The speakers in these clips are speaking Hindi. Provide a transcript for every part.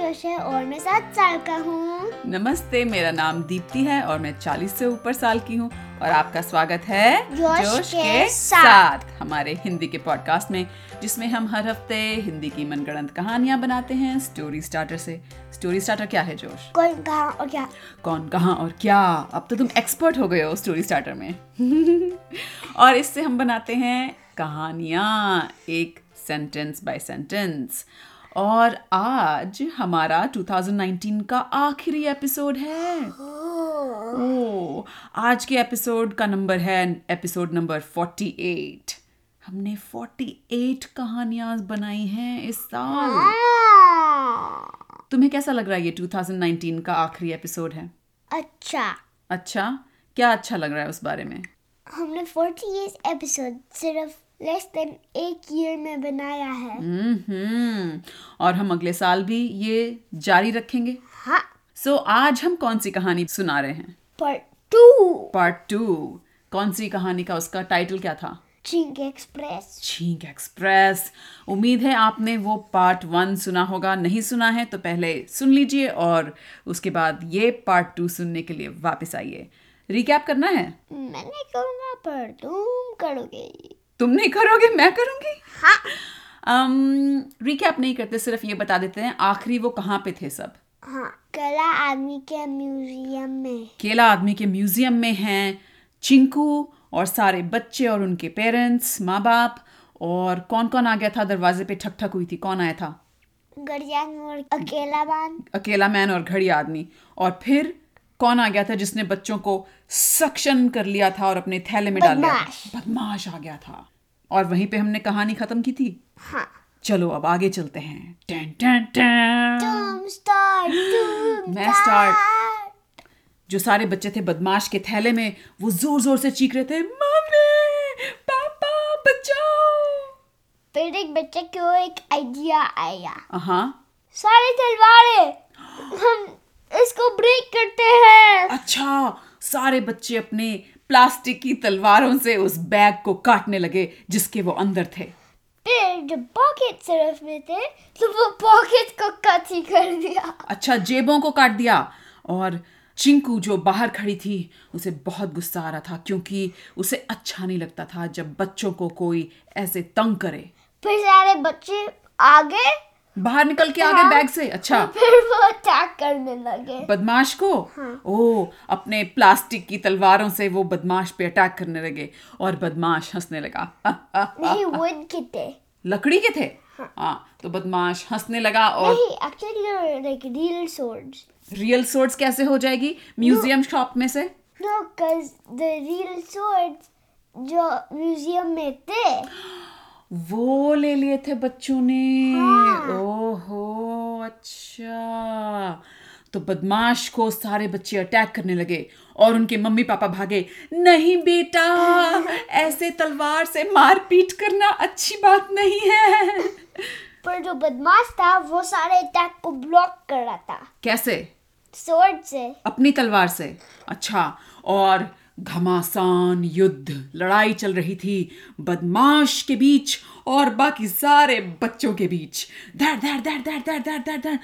और मैं सात साल का हूँ नमस्ते मेरा नाम दीप्ति है और मैं 40 से ऊपर साल की हूँ और आपका स्वागत है जोश के साथ। हमारे हिंदी के पॉडकास्ट में जिसमें हम हर हफ्ते हिंदी की मनगढ़ंत कहानियाँ बनाते हैं स्टोरी स्टार्टर से स्टोरी स्टार्टर क्या है जोश कौन कहा और क्या कौन कहाँ और क्या अब तो तुम एक्सपर्ट हो गए हो स्टोरी स्टार्टर में और इससे हम बनाते हैं कहानियाँ एक सेंटेंस बाय सेंटेंस और आज हमारा 2019 का आखिरी एपिसोड है ओ, Oh, आज के एपिसोड का नंबर है एपिसोड नंबर 48 हमने 48 कहानियां बनाई हैं इस साल तुम्हें कैसा लग रहा है ये 2019 का आखिरी एपिसोड है अच्छा अच्छा क्या अच्छा लग रहा है उस बारे में हमने 48 एपिसोड सिर्फ लेस देन एक ईयर में बनाया है Hmm. हम्म और हम अगले साल भी ये जारी रखेंगे हाँ सो आज हम कौन सी कहानी सुना रहे हैं पर टू पार्ट टू कौन सी कहानी का उसका टाइटल क्या था चिंग एक्सप्रेस छींक एक्सप्रेस उम्मीद है आपने वो पार्ट वन सुना होगा नहीं सुना है तो पहले सुन लीजिए और उसके बाद ये पार्ट टू सुनने के लिए वापस आइए रिकैप करना है मैंने करूँगा पर तुम करोगे तुम नहीं करोगे मैं करूंगी हाँ रिकैप नहीं करते सिर्फ ये बता देते हैं आखिरी वो कहाँ पे थे सब हाँ कला आदमी के म्यूजियम में केला आदमी के म्यूजियम में हैं चिंकू और सारे बच्चे और उनके पेरेंट्स माँ बाप और कौन कौन आ गया था दरवाजे पे ठक ठक हुई थी कौन आया था गरियान और अकेला बांध अकेला मैन और घड़ी आदमी और फिर कौन आ गया था जिसने बच्चों को सक्शन कर लिया था और अपने थैले में डाल लिया बदमाश। था? बदमाश आ गया था और वहीं पे हमने कहानी खत्म की थी हाँ चलो अब आगे चलते हैं टैन टैन टैन तुम स्टार्ट तुम मैं स्टार्ट। जो सारे बच्चे थे बदमाश के थैले में वो जोर जोर से चीख रहे थे मम्मी पापा बचाओ फिर एक बच्चे को एक आइडिया आया हाँ सारे तलवारें हम इसको ब्रेक करते हैं अच्छा सारे बच्चे अपने प्लास्टिक की तलवारों से उस बैग को काटने लगे जिसके वो अंदर थे फिर जो पॉकेट सिर्फ में थे तो वो पॉकेट को कट ही कर दिया अच्छा जेबों को काट दिया और चिंकू जो बाहर खड़ी थी उसे बहुत गुस्सा आ रहा था क्योंकि उसे अच्छा नहीं लगता था जब बच्चों को कोई ऐसे तंग करे फिर सारे बच्चे आ गए बाहर निकल के आ गए बैग से अच्छा तो फिर वो अटैक करने लगे बदमाश को ओ अपने प्लास्टिक की तलवारों से वो बदमाश पे अटैक करने लगे और बदमाश हंसने लगा नहीं वुड के थे लकड़ी के थे हाँ तो बदमाश हंसने लगा और नहीं actually like real swords real swords कैसे हो जाएगी म्यूजियम शॉप में से no cuz the real swords जो म्यूजियम में थे वो ले लिए थे बच्चों ने ओहो अच्छा तो बदमाश को सारे बच्चे अटैक करने लगे और उनके मम्मी पापा भागे नहीं बेटा ऐसे तलवार से मारपीट करना अच्छी बात नहीं है पर जो बदमाश था वो सारे अटैक को ब्लॉक कर रहा था कैसे sword से अपनी तलवार से अच्छा और घमासान युद्ध लड़ाई चल रही थी बदमाश के बीच और बाकी सारे बच्चों के बीच धड़ धड़ धड़ धड़ धड़ धड़ धड़ धड़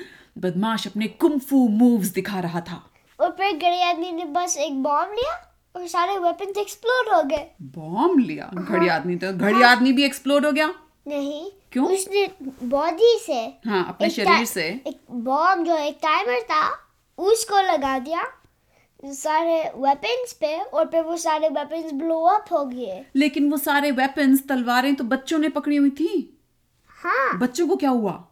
बदमाश अपने कुंफू मूव्स दिखा रहा था और फिर गड़े आदमी ने बस एक बॉम्ब लिया और सारे वेपन्स एक्सप्लोड हो गए बॉम्ब लिया घड़ी आदमी तो घड़ी आदमी भी एक्सप्लोड हो गया हाँ, नहीं क्यों? उसने बॉडी से हाँ अपने एक शरीर टा- से एक बॉम्ब जो एक टाइमर था उसको लगा दिया सारे वेपन्स पे और फिर वो सारे वेपन्स ब्लो अप हो गए लेकिन वो सारे वेपन्स तलवारें तो बच्चों ने पकड़ी हुई थी हाँ बच्चों को क्या हुआ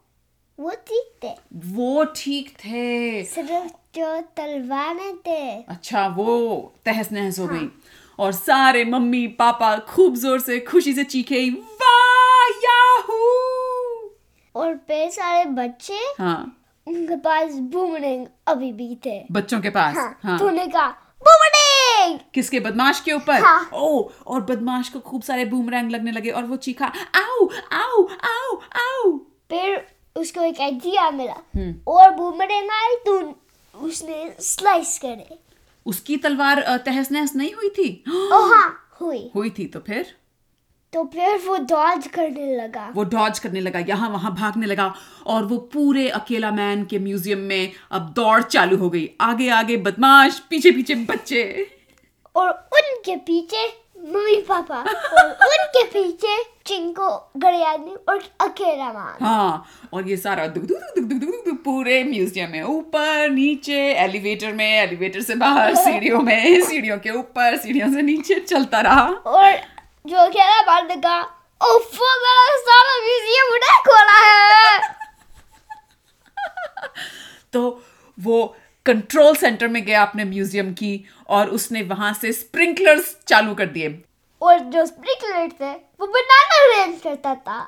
वो ठीक थे वो ठीक थे सिर्फ जो तलवारें थे अच्छा वो तहस नहस हो गई हाँ। और सारे मम्मी पापा खूब जोर से खुशी से चीखे वाह याहू और फिर सारे बच्चे हाँ उनके पास बूमरिंग अभी भी थे बच्चों के पास हाँ, हाँ तूने कहा बूमरिंग किसके बदमाश के ऊपर हाँ। ओ और बदमाश को खूब सारे बूमरैंग लगने लगे और वो चीखा आओ आओ आओ आओ फिर उसको एक आइडिया मिला और बूमरिंग आई तो उसने स्लाइस करे उसकी तलवार तहस नहस नहीं हुई थी ओ हाँ हुई हुई थी तो फिर तो फिर वो डॉज करने लगा वो डॉज करने लगा यहाँ वहाँ भागने लगा और वो पूरे अकेला मैन के म्यूजियम में अब दौड़ चालू हो गई आगे आगे बदमाश पीछे पीछे बच्चे और उनके पीछे मम्मी पापा और उनके पीछे चिंको गड़ियानी और अकेला मान हाँ और ये सारा दुख दुख दुख दुख दुख दुख पूरे म्यूजियम में ऊपर नीचे एलिवेटर में एलिवेटर से बाहर सीढ़ियों में सीढ़ियों के ऊपर सीढ़ियों से नीचे चलता रहा और जो अकेला मान ने कहा ओफो मेरा सारा म्यूजियम उड़ा खोला है तो वो कंट्रोल सेंटर में गया अपने म्यूजियम की और उसने वहां से स्प्रिंकलर्स चालू कर दिए और जो स्प्रिंकलर थे वो बनाना रेंज करता था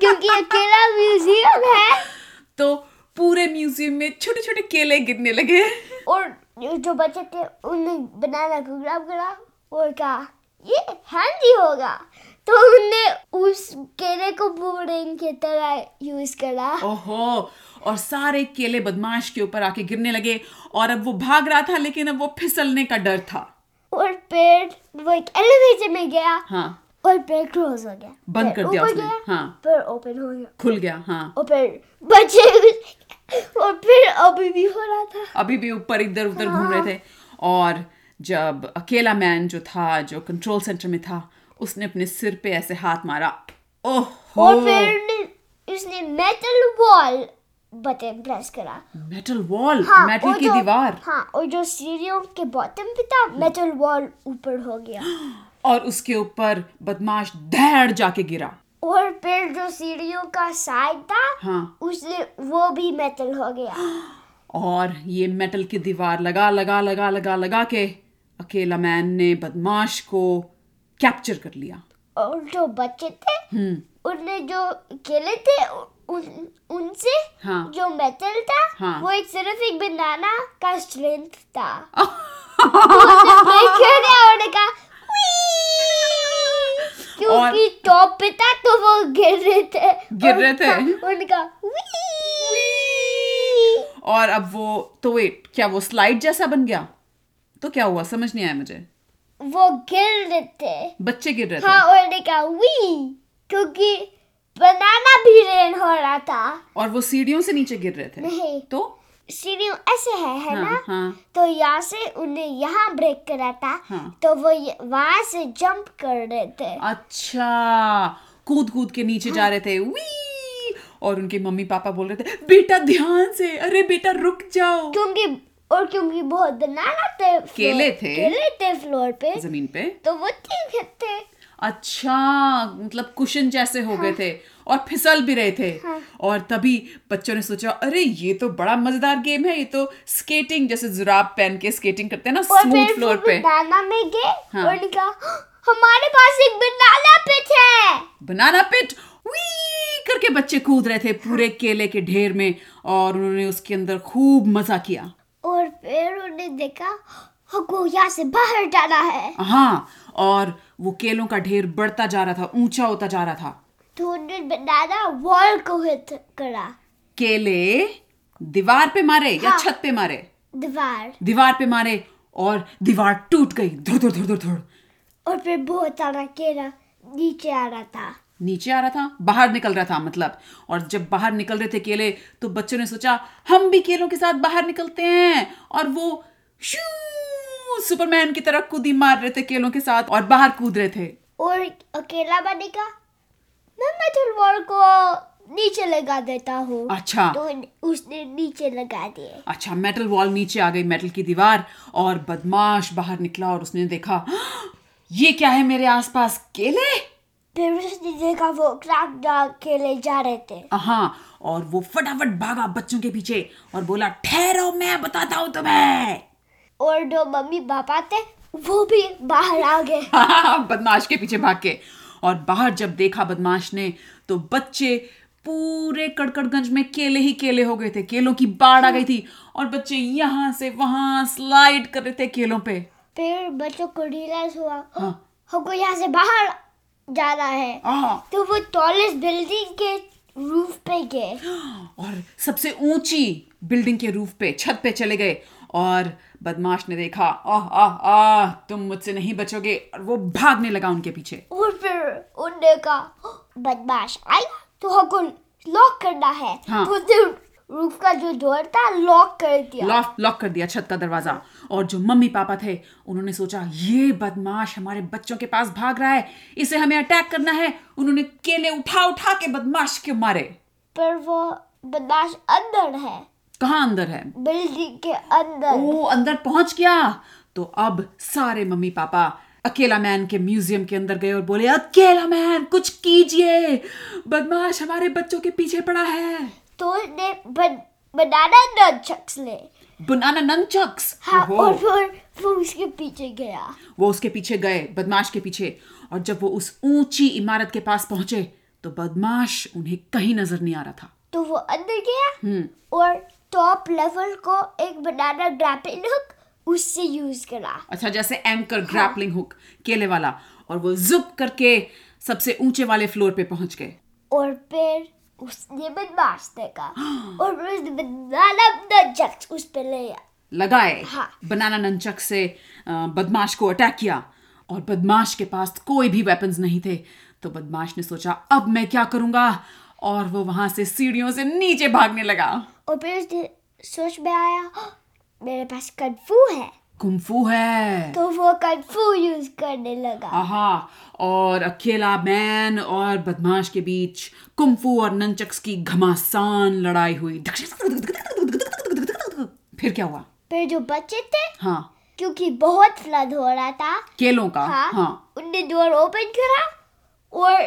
क्योंकि अकेला म्यूजियम है तो पूरे म्यूजियम में छोटे छोटे केले गिरने लगे और जो- जो बच्चे थे उनने बनाना को ग्राब करा और कहा ये हैंडी होगा तो उनने उस केले को बूमरेंग की तरह यूज करा ओहो और सारे केले बदमाश के ऊपर आके गिरने लगे और अब वो भाग रहा था लेकिन अब वो फिसलने का डर था और पेड़ वो एक एलिवेटर में गया हाँ और पेड़ क्लोज हो गया बंद पेड़ कर दिया ऊपर उसने, गया, हाँ। पेड़ ओपन हो गया खुल गया हाँ और फिर बच्चे और फिर अभी भी हो रहा था अभी भी ऊपर इधर उधर घूम रहे थे और जब अकेला मैन जो था जो कंट्रोल सेंटर में था उसने अपने सिर पे ऐसे हाथ मारा ओहो और फिर ने- उसने मेटल वॉल बटन प्रेस करा मेटल वॉल हाँ, मेटल और की जो- दीवार हाँ और जो सीढ़ियों के बॉटम पे था मेटल वॉल ऊपर हो गया और उसके ऊपर बदमाश धैड़ जाके गिरा और फिर जो सीढ़ियों का साइड था हाँ। उसने वो भी मेटल हो गया और ये मेटल की दीवार लगा लगा लगा लगा लगा के अकेला मैन ने बदमाश को कैप्चर कर लिया और जो बच्चे थे हम्म उनने जो खेले थे उन उनसे हाँ। जो मेटल था हाँ। वो एक सिर्फ एक बनाना का स्ट्रेंथ था उसने play किया ना, उन्होंने कहा "Wee!" क्योंकि टॉप पे था तो वो गिर रहे थे गिर रहे थे। उनका- उनका "Wee!" और अब वो तो वेट क्या वो स्लाइड जैसा बन गया तो क्या हुआ समझ नहीं आया मुझे वो गिर रहे थे बच्चे गिर रहे हाँ थे उन्होंने कहा वी क्योंकि बनाना भी रेन हो रहा था और वो सीढ़ियों से नीचे गिर रहे थे नहीं तो सीढ़ियों ऐसे है है हाँ, ना हाँ। तो यहाँ से उन्हें यहाँ ब्रेक करा था हाँ। तो वो ये- वहाँ से जंप कर रहे थे अच्छा कूद कूद के नीचे जा रहे थे वी और उनके मम्मी पापा बोल रहे थे बेटा ध्यान से अरे बेटा रुक जाओ क्योंकि और क्योंकि बहुत बनाना थे फ्लोर- केले थे। केले थे फ्लोर पे जमीन पे तो वो ठीक है थे अच्छा मतलब कुशन जैसे हो गए थे और फिसल भी रहे थे और तभी बच्चों ने सोचा अरे ये तो बड़ा मजेदार गेम है ये तो स्केटिंग जैसे जुराब पहन के स्केटिंग करते हैं ना और फिर स्मूथ फ्लोर वो पे बनाना में गए हाँ। और निका हमारे पास एक बनाना पिट है बनाना पिट वी करके बच्चे कूद रहे थे पूरे केले के ढेर में और उन्होंने उसके अंदर खूब मजा किया और फिर उन्होंने देखा हमको यहाँ से बाहर जाना है हाँ और वो केलों का ढेर बढ़ता जा रहा था ऊंचा होता जा रहा था तो उन्होंने बनाना वॉल को हिट करा केले दीवार पे मारे या हाँ। छत पे मारे दीवार दीवार पे मारे और दीवार टूट गई धुर धुर धुर धुर धुर और फिर बहुत सारा केला नीचे आ रहा था नीचे आ रहा था बाहर निकल रहा था मतलब और जब बाहर निकल रहे थे केले तो बच्चों ने सोचा हम भी केलों के साथ बाहर निकलते हैं और वो शू सुपरमैन की तरह कूदी मार रहे थे केलों के साथ और बाहर कूद रहे थे और अकेला बने का मैं मेटल वॉल को नीचे लगा देता हूँ अच्छा तो उन- उसने नीचे लगा दिए अच्छा मेटल वॉल नीचे आ गई मेटल की दीवार और बदमाश बाहर निकला और उसने देखा "हाँ, ये क्या है मेरे आसपास केले फिर उसने देखा वो क्रैक डॉग खेले जा रहे थे हाँ और वो फटाफट भागा बच्चों के पीछे और बोला ठहरो मैं बताता हूँ तुम्हें और जो मम्मी पापा थे वो भी बाहर आ गए बदमाश के पीछे भाग के और बाहर जब देखा बदमाश ने तो बच्चे पूरे कड़कड़गंज में केले ही केले हो गए थे केलों की बाढ़ आ गई थी और बच्चे यहाँ से वहां स्लाइड कर रहे थे केलों पे फिर बच्चों को रियलाइज हुआ हाँ। हमको यहाँ से बाहर जाना है आ, तो वो टॉलेस्ट बिल्डिंग के रूफ पे गए और सबसे ऊंची बिल्डिंग के रूफ पे छत पे चले गए और बदमाश ने देखा आह आह आह तुम मुझसे नहीं बचोगे और वो भागने लगा उनके पीछे और फिर उनने कहा बदमाश आएगा तो हमको लॉक करना है हाँ। तो उसने रूफ का जो डोर था लॉक कर दिया लॉक लॉक कर दिया छत का दरवाजा और जो मम्मी पापा थे उन्होंने सोचा ये बदमाश हमारे बच्चों के पास भाग रहा है इसे हमें अटैक करना है उन्होंने केले उठा उठा के बदमाश के मारे पर वो बदमाश अंदर है कहाँ अंदर है बिल्डिंग के अंदर वो अंदर पहुंच गया तो अब सारे मम्मी पापा अकेला मैन के म्यूजियम के अंदर गए और बोले अकेला मैन कुछ कीजिए बदमाश हमारे बच्चों के पीछे पड़ा है तो उसने बन- बनाना नट शख्स ले बनाना नंचक्स हाँ ओहो। और फिर वो उसके पीछे गया वो उसके पीछे गए बदमाश के पीछे और जब वो उस ऊंची इमारत के पास पहुंचे तो बदमाश उन्हें कहीं नजर नहीं आ रहा था तो वो अंदर गया और टॉप लेवल को एक बनाना ग्रैपिंग हुक उससे यूज करा अच्छा जैसे हाँ। एंकर ग्रैपलिंग हुक केले वाला और वो जुप करके सबसे ऊंचे वाले फ्लोर पे पहुंच गए और फिर उसने बदमाश देखा और फिर उसने बनाना अपना जक्स उस पे ले आया। लगाए हाँ। बनाना नंचक से अ, बदमाश को अटैक किया और बदमाश के पास कोई भी वेपन्स नहीं थे तो बदमाश ने सोचा अब मैं क्या करूंगा और वो वहां से सीढ़ियों से नीचे भागने लगा और फिर उसने सोच में आया "हाँ, मेरे पास कन्फू है कुंफू है तो वो कन्फू यूज करने लगा आहा और अकेला मैन और बदमाश के बीच कुंफू और नंचक्स की घमासान लड़ाई हुई फिर क्या हुआ फिर जो बच्चे थे हाँ क्योंकि बहुत फ्लड हो रहा था केलों का हाँ, हाँ उनने डोर ओपन करा और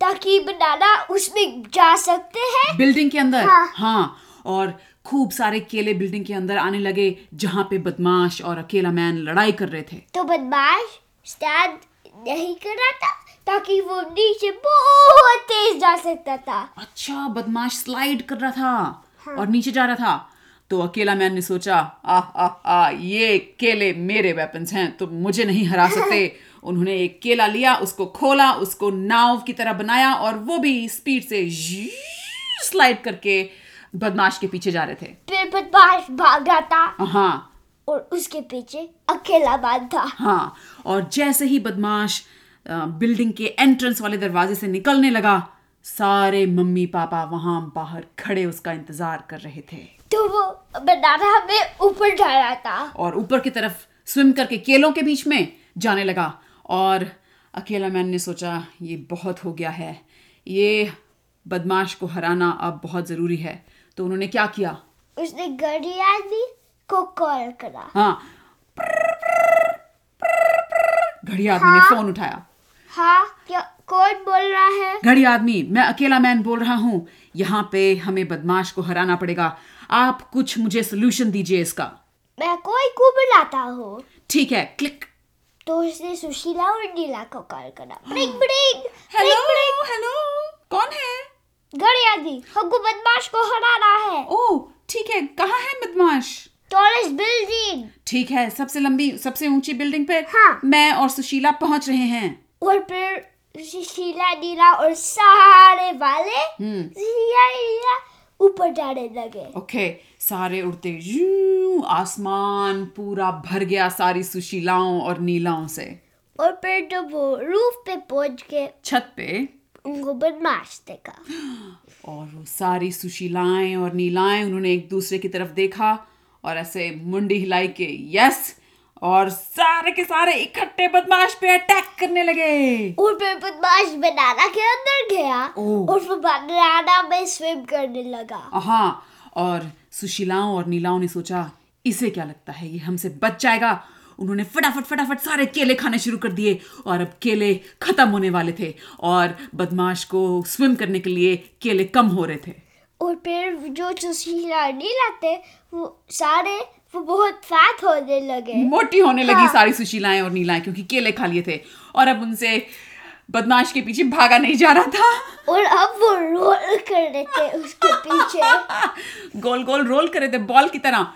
ताकि बनाना उसमें जा सकते हैं बिल्डिंग के अंदर हाँ। हाँ और खूब सारे केले बिल्डिंग के अंदर आने लगे जहाँ पे बदमाश और अकेला मैन लड़ाई कर रहे थे तो बदमाश स्टैंड नहीं कर रहा था ताकि वो नीचे बहुत तेज जा सकता था अच्छा बदमाश स्लाइड कर रहा था और नीचे जा रहा था तो अकेला मैन ने सोचा आ आ आ ये केले मेरे वेपन्स हैं तो मुझे नहीं हरा सकते उन्होंने एक केला लिया उसको खोला उसको नाव की तरह बनाया और वो भी स्पीड से स्लाइड करके बदमाश के पीछे जा रहे थे फिर बदमाश भाग रहा था हाँ और उसके पीछे अकेला बांध था हाँ और जैसे ही बदमाश अ, बिल्डिंग के एंट्रेंस वाले दरवाजे से निकलने लगा सारे मम्मी पापा वहां बाहर खड़े उसका इंतजार कर रहे थे तो वो बनाना हमें ऊपर जा रहा था और ऊपर की तरफ स्विम करके केलों के बीच में जाने लगा और अकेला मैन ने सोचा ये बहुत हो गया है ये बदमाश को हराना अब बहुत ज़रूरी है तो उन्होंने क्या किया उसने गरीब आदमी को कॉल करा हाँ घड़िया आदमी ने फोन उठाया हाँ क्या कौन बोल रहा है घड़ी आदमी मैं अकेला मैन बोल रहा हूँ यहाँ पे हमें बदमाश को हराना पड़ेगा आप कुछ मुझे सोल्यूशन दीजिए इसका मैं कोई को बुलाता हूँ ठीक है क्लिक तो उसने सुशीला और नीला को कॉल करा ब्रिंग ब्रिंग हेलो हेलो कौन है गड़ी आदि हमको बदमाश को हराना है तो ओ Oh, ठीक है कहाँ है बदमाश टॉलेस्ट बिल्डिंग ठीक है सबसे लंबी सबसे ऊंची बिल्डिंग पर हाँ। मैं और सुशीला पहुंच रहे हैं और फिर सुशीला नीला और सारे वाले हम्म। सुशीला नीला ऊपर जाने लगे ओके सारे उड़ते यूं, आसमान पूरा भर गया सारी सुशीलाओं और नीलाओं से और फिर जब वो रूफ पे पहुंच के छत पे उनको बदमाश देखा और वो सारी सुशीलाएं और नीलाएं उन्होंने एक दूसरे की तरफ देखा और ऐसे मुंडी हिलाई के यस और सारे के सारे इकट्ठे बदमाश पे अटैक करने लगे और फिर बदमाश बनाना के अंदर गया ओह। और फिर बनाना में स्विम करने लगा हाँ और सुशीलाओं और नीलाओं ने सोचा इसे क्या लगता है ये हमसे बच जाएगा उन्होंने फटाफट फटाफट सारे केले खाने शुरू कर दिए और अब केले खत्म होने वाले थे और बदमाश को स्विम करने के लिए केले कम हो रहे थे और फिर जो सुशीला और नीला थे वो सारे वो बहुत फैट होने लगे मोटी होने लगी हाँ। सारी सुशीलाएं और नीलाएं क्योंकि केले खा लिए थे और अब उनसे बदमाश के पीछे भागा नहीं जा रहा था और अब वो रोल कर रहे थे उसके पीछे गोल गोल रोल कर रहे थे बॉल की तरह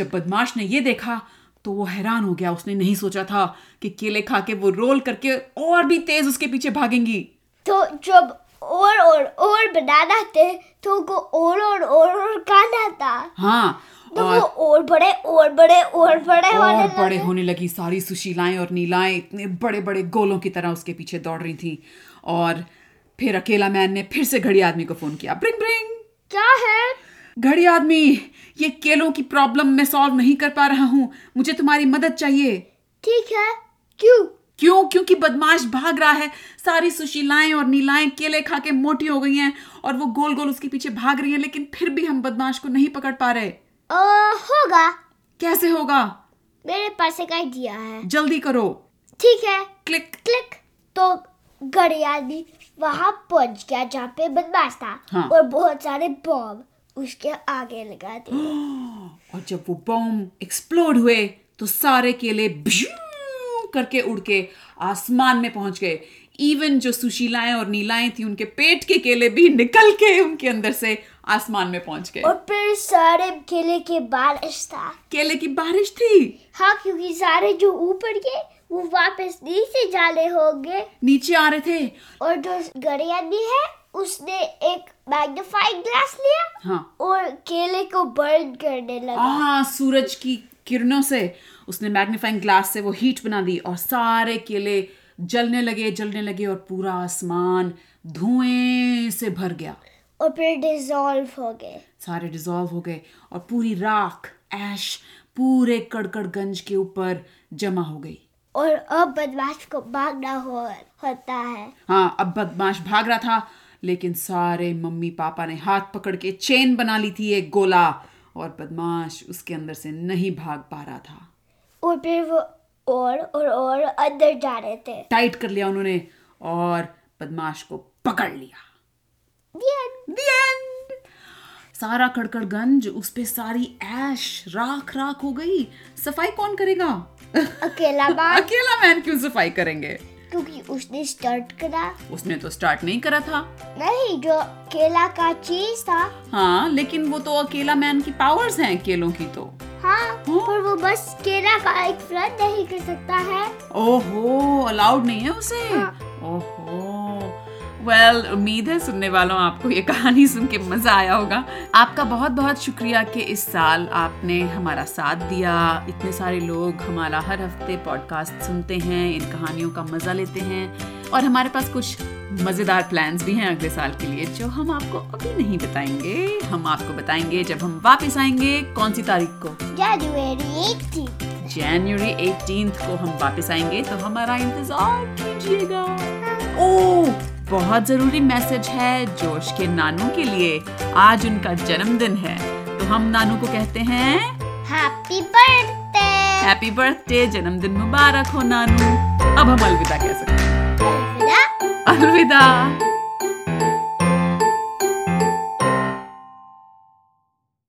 जब बदमाश ने ये देखा तो वो हैरान हो गया उसने नहीं सोचा था कि केले खा के वो रोल करके और भी तेज उसके पीछे भागेंगी तो जब और और और बनाना थे तो उनको और और और और खाना था हाँ तो वो और बड़े और बड़े और बड़े होने और लगे। बड़े होने लगी सारी सुशीलाएं और नीलाएं इतने बड़े बड़े गोलों की तरह उसके पीछे दौड़ रही थी और फिर अकेला मैन ने फिर से घड़ी आदमी को फोन किया ब्रिंग ब्रिंग क्या है घड़ी आदमी ये केलों की प्रॉब्लम मैं सॉल्व नहीं कर पा रहा हूँ मुझे तुम्हारी मदद चाहिए ठीक है क्यों क्यों क्योंकि बदमाश भाग रहा है सारी सुशीलाएं और नीलाएं केले खा के मोटी हो गई हैं और वो गोल गोल उसके पीछे भाग रही हैं लेकिन फिर भी हम बदमाश को नहीं पकड़ पा रहे अ, होगा कैसे होगा मेरे पास एक आइडिया है जल्दी करो ठीक है क्लिक क्लिक तो गड़े आदमी वहां पहुंच गया जहाँ पे बदमाश था हाँ। और बहुत सारे बॉम्ब उसके आगे लगा दिए और जब वो बॉम्ब एक्सप्लोड हुए तो सारे केले भ्यूं करके उड़ के आसमान में पहुंच गए इवन जो सुशीलाएं और नीलाएं थी उनके पेट के केले भी निकल के उनके अंदर से आसमान में पहुंच गए और फिर सारे केले के बारिश था केले की बारिश थी हाँ क्योंकि सारे जो ऊपर गए वो वापस नीचे जाने होंगे नीचे आ रहे थे और जो गड़े आदमी है उसने एक मैग्नीफाइंग ग्लास लिया हाँ और केले को बर्न करने लगा हाँ सूरज की किरणों से उसने मैग्नीफाइंग ग्लास से वो हीट बना दी और सारे केले जलने लगे जलने लगे और पूरा आसमान धुएं से भर गया और फिर डिजॉल्व हो गए सारे डिजॉल्व हो गए और पूरी राख ऐश पूरे कड़कड़गंज के ऊपर जमा हो गई और अब बदमाश को भागना हो होता है हाँ अब बदमाश भाग रहा था लेकिन सारे मम्मी पापा ने हाथ पकड़ के चेन बना ली थी एक गोला और बदमाश उसके अंदर से नहीं भाग पा रहा था और फिर वो और और और अंदर जा रहे थे टाइट कर लिया उन्होंने और बदमाश को पकड़ लिया The end. The end. सारा कड़कड़गंज उस पे सारी ऐश राख राख हो गई सफाई कौन करेगा अकेला बाग अकेला मैन क्यों सफाई करेंगे क्योंकि उसने स्टार्ट करा उसने तो स्टार्ट नहीं करा था नहीं जो केला का चीज था हाँ लेकिन वो तो अकेला मैन की पावर्स हैं केलों की तो हाँ पर वो बस केला का एक फ्लड नहीं कर सकता है ओहो अलाउड नहीं है उसे ओहो वेल well, उम्मीद है सुनने वालों आपको ये कहानी सुन के मज़ा आया होगा आपका बहुत बहुत शुक्रिया कि इस साल आपने हमारा साथ दिया इतने सारे लोग हमारा हर हफ्ते पॉडकास्ट सुनते हैं इन कहानियों का मज़ा लेते हैं और हमारे पास कुछ मज़ेदार प्लान्स भी हैं अगले साल के लिए जो हम आपको अभी नहीं बताएंगे हम आपको बताएंगे जब हम वापस आएंगे कौन सी तारीख को जनवरी एटीन जनवरी 18th को हम वापस आएंगे तो हमारा इंतजार कीजिएगा ओ बहुत जरूरी मैसेज है जोश के नानू के लिए आज उनका जन्मदिन है तो हम नानू को कहते हैं हैप्पी बर्थडे हैप्पी बर्थडे जन्मदिन मुबारक हो नानू अब हम अलविदा कह सकते हैं अलविदा